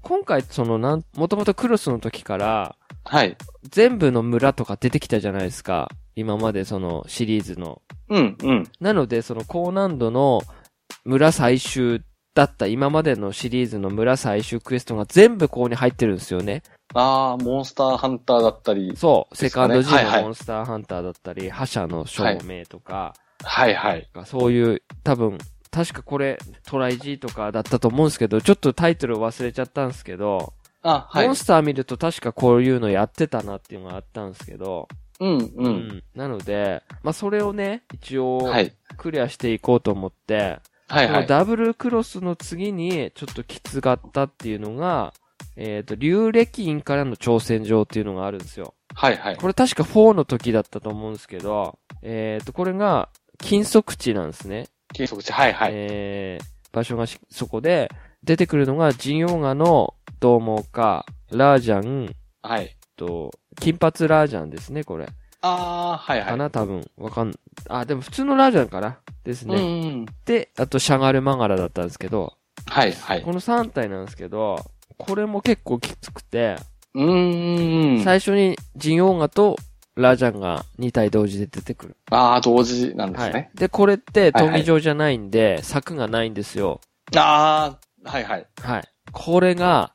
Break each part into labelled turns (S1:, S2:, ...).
S1: 今回、その、なん、もともとクロスの時から、
S2: はい。
S1: 全部の村とか出てきたじゃないですか。今までそのシリーズの。
S2: うん、うん。
S1: なので、その高難度の村最終だった今までのシリーズの村最終クエストが全部ここに入ってるんですよね。
S2: ああ、モンスターハンターだったり。
S1: そう。セ
S2: です
S1: カ
S2: か
S1: ン
S2: ね
S1: ド G
S2: はいは
S1: の
S2: い
S1: モンスターハンターだったり、覇者の証明とか、
S2: はい、はい。
S1: そういう、多分、確かこれ、トライ G とかだったと思うんですけど、ちょっとタイトル忘れちゃったんですけど、
S2: あ、はい
S1: モン。スター見ると確かこういうのやってたなっていうのがあったんですけど、
S2: うん、う。
S1: うんなので、まあ、それをね、一応、
S2: はい。
S1: クリアしていこうと思って、
S2: はい、は
S1: この
S2: い。
S1: ダブルクロスの次に、ちょっときつかったっていうのが、えっ、と、竜歴院からの挑戦状っていうのがあるんですよ。
S2: はい、はい。
S1: これ確か4の時だったと思うんですけど、えっ、と、これが、金属地なんですね。
S2: 計測値。はい、はい。
S1: えー、場所がしそこで、出てくるのが、ジンオーガの同盟か、ラージャン、
S2: はい。
S1: と、金髪ラージャンですね、これ。
S2: ああ、はい、
S1: か
S2: はい。
S1: な、多分。わかん、あ、でも普通のラージャンかなです
S2: うんう
S1: ね。
S2: ん。
S1: で、あとシャガルマガラだったんですけど、
S2: はい、はい。
S1: この3体なんですけど、これも結構きつくて、
S2: うーん。
S1: 最初にジンオーガとラージャンが2体同時で出てくる。
S2: ああ、同時なんです
S1: は
S2: ね。
S1: い。で、これって
S2: はいは
S1: 闘
S2: い
S1: 技場じゃないんで、柵がないんですよ。
S2: ああ、はい、はい。
S1: はい。これが、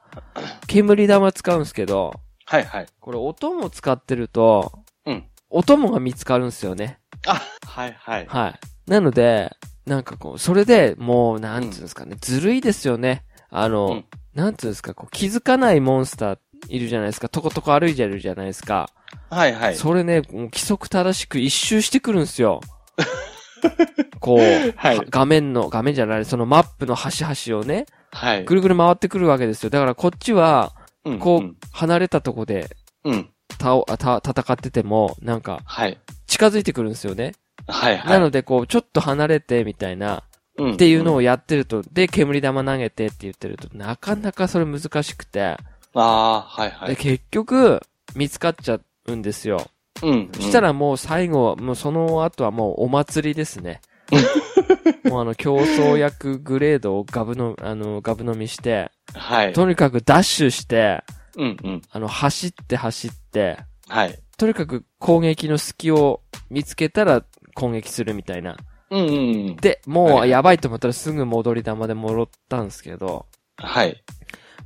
S1: 煙玉使うんですけど、
S2: はい、はい。
S1: これ音も使ってると、
S2: うん
S1: お供が見つかるんですよね。
S2: あ、はい、はい。
S1: はい。なので、なんかこう、それでもう、なんつうんですかね、ずるいですよね。あの、
S2: うん
S1: なんつうんですか、こう、気づかないモンスターいるじゃないですか、とことこ歩いてるじゃないですか。
S2: はい、はい。
S1: それね、もう規則正しく一周してくるんです よ。こう、
S2: はい
S1: は画面の、画面じゃない、そのマップの端々をね、
S2: はい。
S1: ぐるぐる回ってくるわけですよ。だからこっちは、
S2: うん
S1: こう
S2: うん
S1: 離れたとこで、
S2: うん。
S1: たお、あた、戦ってても、なんか、
S2: はい。
S1: 近づいてくるんですよね。
S2: はい、はい。
S1: なので、こう、ちょっと離れて、みたいな、
S2: うん
S1: っていうのをやってると、で、煙玉投げてって言ってると、なかなかそれ難しくて、
S2: ああ、はいは
S1: で、
S2: い。
S1: 結局、見つかっちゃうんですよ。
S2: うん。
S1: そした、らもう最後は、もうその後はもうお祭りです ね。もうあの、競争役グレードをガブの、あの、ガブ飲みして、
S2: はい。
S1: とにかくダッシュして、
S2: うんうん。
S1: あの、走って走って、
S2: はい。
S1: とにかく攻撃の隙を見つけたら攻撃するみたいな。
S2: うんうん。
S1: で、
S2: はい
S1: も
S2: は
S1: う
S2: い
S1: やばいと思ったらすぐ戻り玉で戻ったんですけど、
S2: はい。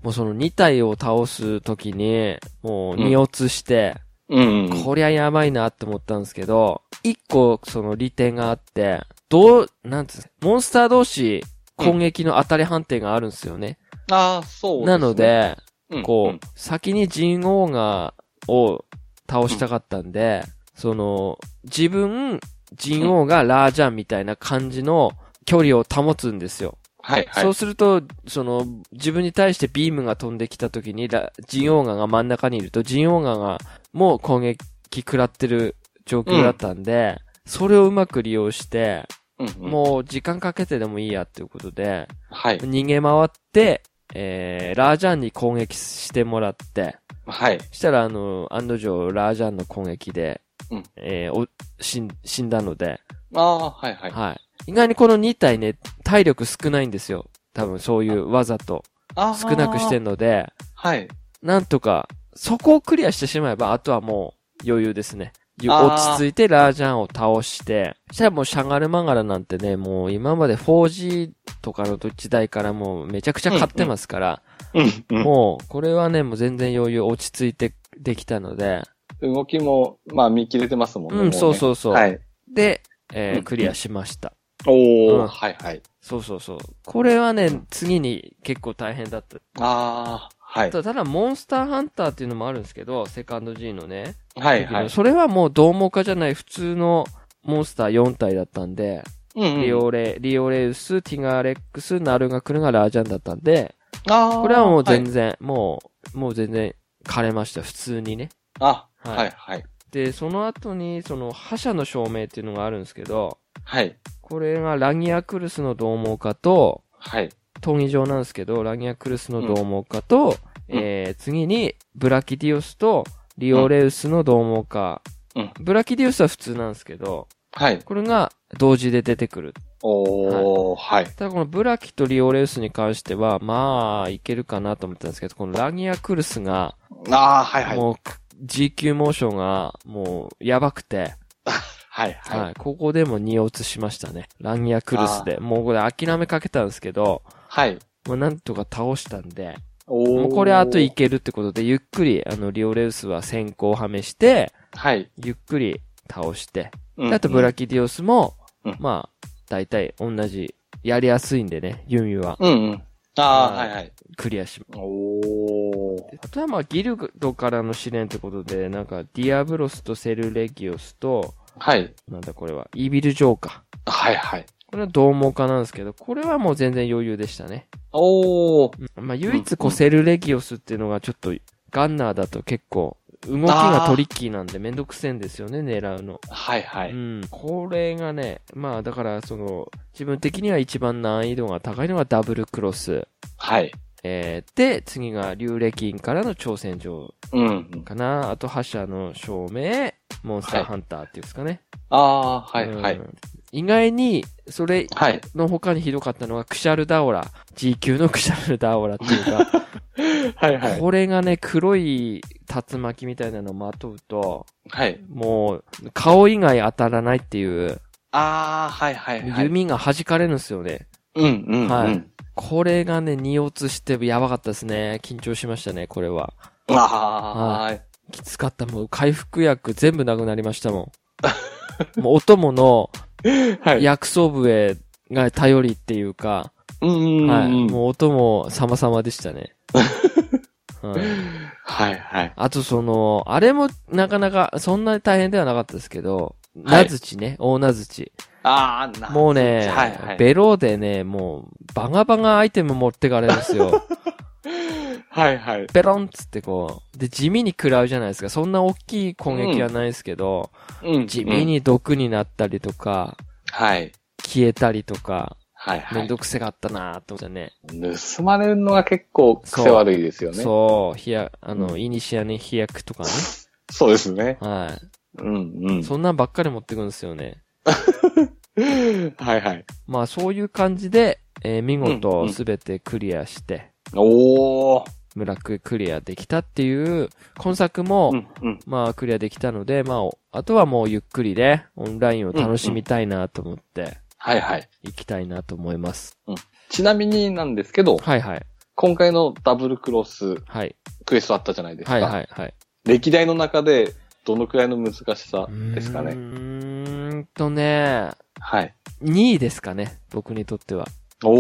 S1: もうその2体を倒すときに、もう2落ちして、
S2: うんうん。
S1: こりゃやばいなって思ったんですけど、1個その利点があって、どう、なんつうんですかモンスター同士攻撃の当たり判定があるんですよね。
S2: ああ、そうすね
S1: なの、で、
S2: うん
S1: こう、
S2: ん
S1: 先にジンオーガを倒したかったんで、その、自分、ジンオーガ、ラージャンみたいな感じの距離を保つんですよ。
S2: はいはい
S1: そう。すると、その、自分に対してビームが飛んできた時に、ラジンオーガが真ん中にいると、ジンオーガがもう攻撃食らってる状況だったんで、それをうまく利用して、
S2: うんうん
S1: もう時間かけてでもいいやっていうことで、
S2: はい。
S1: 逃げ回って、えー、ラージャンに攻撃してもらって、
S2: はい。
S1: したら、あの、案の定、ラージャンの攻撃で、
S2: うん
S1: えーお死ん、死んだので、
S2: ああ、はいは。
S1: はい意外にこの2体ね、体力少ないんですよ。多分そういうわざと
S2: あー
S1: 少なくしてるので、
S2: はい。
S1: なんとか、そこをクリアしてしまえば、あとはもう余裕ですね。ゆ
S2: あー
S1: 落ち着いてラージャンを倒して、そしたらもうシャガルマガラなんてね、もう今まで 4G とかの時代からもうめちゃくちゃ買ってますから、
S2: うんうん。
S1: もうこれはね、もう全然余裕落ち着いてできたので、
S2: 動きも、まあ見切れてますもんね。
S1: う
S2: も
S1: ん、
S2: ね
S1: そうそうそう。
S2: はい。
S1: で、えー
S2: うん
S1: クリアしました。
S2: お
S1: う
S2: ー、
S1: ん
S2: はいはい。
S1: そうそうそう。これはね、次に結構大変だった。
S2: ああ、はい。
S1: ただ、ただモンスターハンターっていうのもあるんですけど、セカンド G のね。
S2: はいはい。
S1: それはもう同盟化じゃない普通のモンスター4体だったんで、
S2: うん
S1: リ
S2: うん。
S1: オレ、リオレウス、ティガーレックス、ナルガクルがラージャンだったんで、
S2: ああ。
S1: これはもう全
S2: はい。
S1: 然、もう、もう全然枯れました、普通にね。
S2: あ、
S1: はい
S2: はいはい。
S1: で、その後に、その、覇者の証明っていうのがあるんですけど、
S2: はい。
S1: これがラギアクルスの同盟化と、
S2: はい。
S1: 闘技場なんですけど、ラギアクルスの同盟化と、
S2: うん
S1: えー、次に、ブラキディオスとリオレウスの同盟化。
S2: うん
S1: ブラキディオスは普通なんですけど、
S2: はい。
S1: これが同時で出てくるっ
S2: おー、はい。
S1: ただこのブラキとリオレウスに関しては、まあ、いけるかなと思ったんですけど、このラニアクルスが、
S2: ああ、はいはい。
S1: もう、GQ モーションが、もう、やばくて、
S2: はい
S1: はい、
S2: はい。
S1: ここでも2を移しましたね。ラニアクルスで。もうこれ諦めかけたんですけど、
S2: はい。
S1: まあ、なんとか倒したんで、
S2: おー
S1: もうこれあといけるってことで、ゆっくり、あの、リオレウスは先行はめして、
S2: はい。
S1: ゆっくり倒して、
S2: うん
S1: であとブラキディオスも、
S2: うん
S1: まあ、大体同じ、やりやすいんでね、ユミは
S2: うんうん。あ
S1: は
S2: あ、はいいはい。
S1: クリアしま
S2: おー。
S1: す。あとはまあ、ギルドからの試練ってことで、なんか、ディアブロスとセルレギオスと、
S2: はい。
S1: なんだこれは、イービルジョーカー。
S2: はいはい。
S1: これは同盟化なんですけど、これはもう全然余裕でしたね。
S2: おー。
S1: うんまあ、唯一こう、セルレギオスっていうのがちょっと、ガンナーだと結構、動きがトリッキーなんでめんどくせえんですよね、狙うの。
S2: はいは
S1: う
S2: い。
S1: ん。これがね、まあだから、その、自分的には一番難易度が高いのがダブルクロス。
S2: はい。
S1: えー、で、次が竜レキンからの挑戦状
S2: うんうん。
S1: かな。あと、覇者の証明、モンスターハンターっていうんですかね。
S2: ああー、はいは
S1: うん
S2: い。
S1: 意外に、それ
S2: はい。
S1: の他にひどかったのが、クシャルダオラ。G 級のクシャルダオラっていうか、
S2: はいはい。
S1: これがね、黒い竜巻みたいなのをまとうと、
S2: はい。
S1: もう、顔以外当たらないっていう、
S2: ああ、はいはいはい。
S1: 弓が弾かれるんですよね。
S2: うんうんうん。
S1: はいこれがね、二落してやばかったですね。緊張しましたね、これは。
S2: ああ、
S1: きつかった。もう回復薬全部なくなりましたも ん。もうお供の
S2: はい。
S1: 薬草笛が頼りっていうか、
S2: うんうん
S1: はい。
S2: うん。
S1: もうお供様々でした ね。はい、
S2: はいはい。
S1: あとその、あれもなかなかそんなに大変ではなかったですけど、
S2: は
S1: ナ
S2: い
S1: ズチね、大ナズチ。
S2: ああ、な
S1: もうね、
S2: はいはい。
S1: ベロでね、もうバガバガアイテム持ってかれるんですよ。
S2: はいはい。
S1: ペロンっつってこう、で、地味に食らうじゃないですか。そんな大きい攻撃はないですけど、
S2: うん。
S1: 地味
S2: うん。
S1: に毒になったりとか、
S2: はい。
S1: 消えたりとか、
S2: はい
S1: め
S2: は
S1: ん
S2: い。
S1: どくせかったなぁと思ってね。
S2: 盗まれるのが結構癖悪いですよね。
S1: そう、飛躍、あの、
S2: う
S1: イニシアに飛躍とかね。
S2: そうですね。
S1: は
S2: うんう
S1: い。
S2: ん。
S1: そんなんばっかり持ってくんですよね。
S2: はいはい。
S1: まあ、そういう感じで、えー見
S2: うんう
S1: 事
S2: ん
S1: すべてクリアして、
S2: おー。
S1: ムラクエクリアできたっていう、今作も、
S2: うんうん。
S1: まあ、クリアできたので、まあお、あとはもうゆっくりで、オンラインを楽しみたいなと思って、
S2: はいはい。
S1: 行きたいなと思います。
S2: ちなみになんですけど、
S1: はいはい。
S2: 今回のダブルクロス
S1: はい。
S2: クエストあったじゃないですか。
S1: はいはいはい。
S2: 歴代の中でどのくらいの難しさ
S1: うーん
S2: ですかね。
S1: とね、
S2: はい。
S1: 2位ですかね。僕にとっては。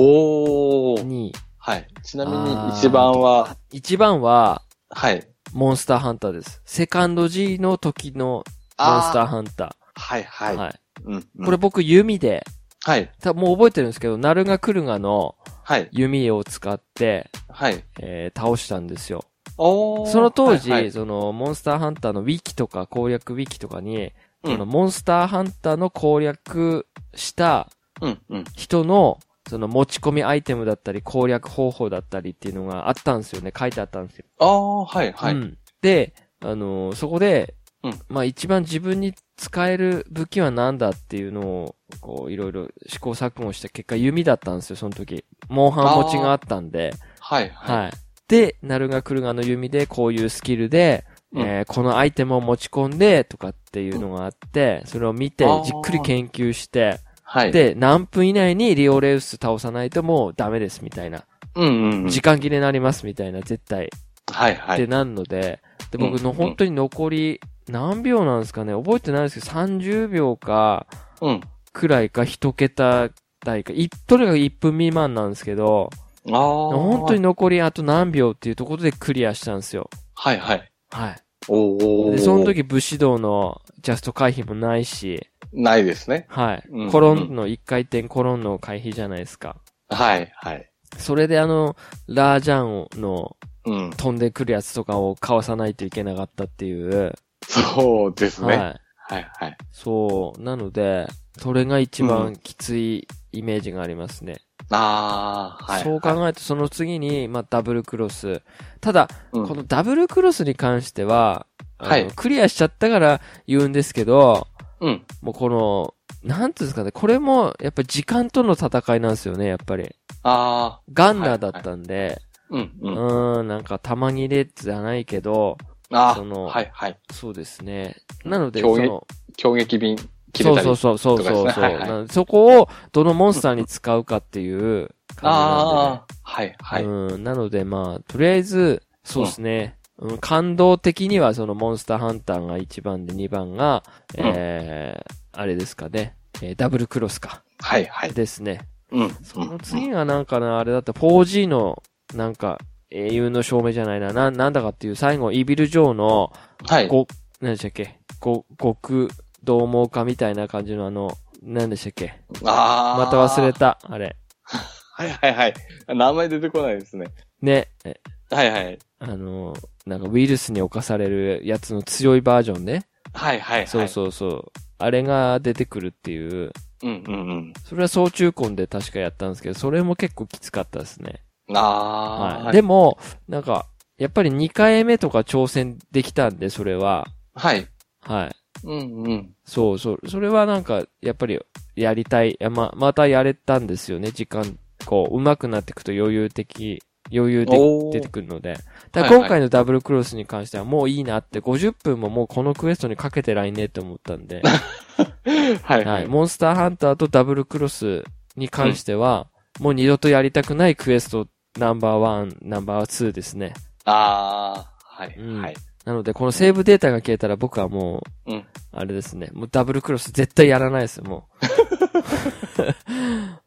S2: おー。
S1: 2位。
S2: はい。ちなみに一番は、
S1: 1番は、
S2: はい。
S1: モンスターハンターです。セカンド G の時のモンスター
S2: あー。
S1: ハンタ
S2: はい
S1: ー。
S2: はい。うんうん
S1: これ、僕弓で、
S2: はい。
S1: たもう覚えてるんですけど、ナルガクルガの
S2: はい。
S1: 弓を使って、
S2: はい。
S1: えー倒したんですよ。
S2: おー。
S1: その当時、
S2: はいはい
S1: その、モンスターハンターのウィキとか攻略ウィキとかに、
S2: うん
S1: そのモンスターハンターの攻略した
S2: うんうん。
S1: 人の、その持ち込みアイテムだったり攻略方法だったりっていうのがあったんですよね。書いてあったんですよ。
S2: あー、はいは
S1: う
S2: い。
S1: んで、あのーそこで、
S2: うん
S1: まあ一番自分に使える武器は何だっていうのを、こういろいろ試行錯誤した結果弓だったんですよ、その時。モンハン持ちがあったんで。
S2: はいはい。
S1: はい。で、ナルガクルガの弓でこういうスキルで、
S2: うん
S1: えーこのアイテムを持ち込んでとかっていうのがあって、それを見て
S2: あー
S1: じっくり研究して、
S2: はい。、
S1: で、何分以内にリオレウス倒さないともうダメですみたいな、
S2: うんうんうん。
S1: 時間切れになりますみたいな絶対
S2: はい
S1: っ
S2: は
S1: て
S2: い。
S1: なんので、で、僕の
S2: うん
S1: 本当に残り何秒なんですかね、覚えてないですけど30秒か
S2: うん。
S1: くらいか一桁台か、いとにかく1分未満なんですけど、
S2: あー。
S1: 本当に。残りあと何秒っていうところでクリアしたんですよ。
S2: はいはい。
S1: はい。
S2: おー。
S1: で、その。時武士道のジャスト回避もないし、
S2: ないですね。
S1: はい。
S2: うん
S1: コロンの一回転コロンの回避じゃないですか。
S2: はいはい。
S1: それであの、ラージャンの
S2: うん。
S1: 飛んでくるやつとかをかわさないといけなかったっていう。
S2: そうです
S1: は
S2: ね。
S1: い。
S2: はいはい。
S1: そう。なので、それが一番きついイメージがありますね。
S2: あー、はい。
S1: そう考えるとその次に、まあ、ダブルクロス。ただ、
S2: うん
S1: このダブルクロスに関しては、あの
S2: はい
S1: クリアしちゃったから言うんですけど、
S2: うん。
S1: もうこの、なんていうんですかね、これも、やっぱ時間との戦いなんですよね、やっぱり。
S2: ああ、
S1: ガンナーだったんで、
S2: うん、うん。
S1: うーん、なんか、玉切れじゃないけど、
S2: あ
S1: そ
S2: あ、
S1: の
S2: はい、はい。
S1: そうですね。なので、そ
S2: 競泳
S1: の、
S2: 強撃便
S1: そ
S2: 切れ
S1: う
S2: たり。
S1: そうそうそうそうそう、
S2: とかですねはいはい
S1: なのでそこを、どのモンスターに使うかっていう感
S2: ああ、はい、
S1: じな
S2: は
S1: ん
S2: い
S1: で、ね。。うん、なので、まあ、とりあえず、そうですね。うん、感動的には、その、モンスターハンターが1番で2番が、えー、あれですかね。えーダブルクロスか。
S2: はい、はい。
S1: ですね。
S2: うん。
S1: その次がなんかな、あれだった、4G の、なんか、英雄の証明じゃないな、な、なんだかっていう、最後、イビル・ジョーの、
S2: はい。
S1: ご、何でしたっけご、極、どう猛化みたいな感じのあの、何でしたっけ
S2: ああ。
S1: また忘れ。た、あれ。
S2: はい、はい、はい。名前出てこないですね。
S1: ね、え
S2: はい、はい。
S1: あの、なんかウイルスに侵されるやつの強いバージョンね。
S2: はい、はい、はい。
S1: そうそうそう。あれが出てくるっていう。
S2: う。うん、うん、うん。
S1: それは総中婚で確かやったんですけど、それも結構きつかったですね。
S2: ああ、
S1: はい。でも、なんか、やっぱり2回目とか挑戦できたんで、それは。
S2: はい。
S1: はい。
S2: うん、うん。
S1: そうそう。それはなんか、やっぱり、やりたい。いやま、またやれたんですよね。時間、こう、上手くなっていくと余裕的、余裕で
S2: おー
S1: 出てくるので。だ
S2: は
S1: から
S2: いはい
S1: 今回のダブルクロスに関してはもういいなって、50分ももうこのクエストにかけてないねって思った んで。
S2: はい、は
S1: はい。
S2: い。
S1: モンスターハンターとダブルクロスに関しては、もう二度とやりたくないクエストナンバーワン、ナンバーツーですね。、
S2: ああ、はいう
S1: ん
S2: はい。
S1: なので、このセーブデータが消えたら僕はもう、
S2: うん
S1: あれですね。もうダブルクロス絶対やらないですよ、もう。も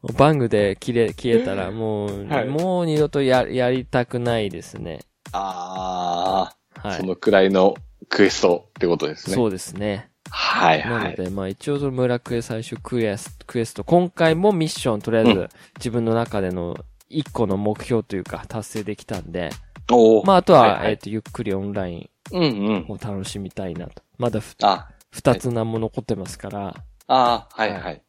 S1: うバングで消え、消えたらもう、
S2: はい
S1: もう二度とや、やりたくないですね。
S2: ああ、
S1: はい。
S2: そのくらいのクエストってことですね。
S1: そうですね。
S2: はい、
S1: な
S2: は
S1: の
S2: い。
S1: で、まあ一応その村クエ最終クエスト、クエスト、今回もミッション、とりあえ
S2: う
S1: ず自分の中での一個の目標というか達成できたんで、
S2: おお。
S1: まああとは、
S2: はいはい
S1: えっ、と、ゆっくりオンライ
S2: うん、う
S1: ン。
S2: ん
S1: を楽しみたいなと。まだふ
S2: あ、
S1: 二つ何も残ってますから、
S2: ああ、はい、
S1: は
S2: はい。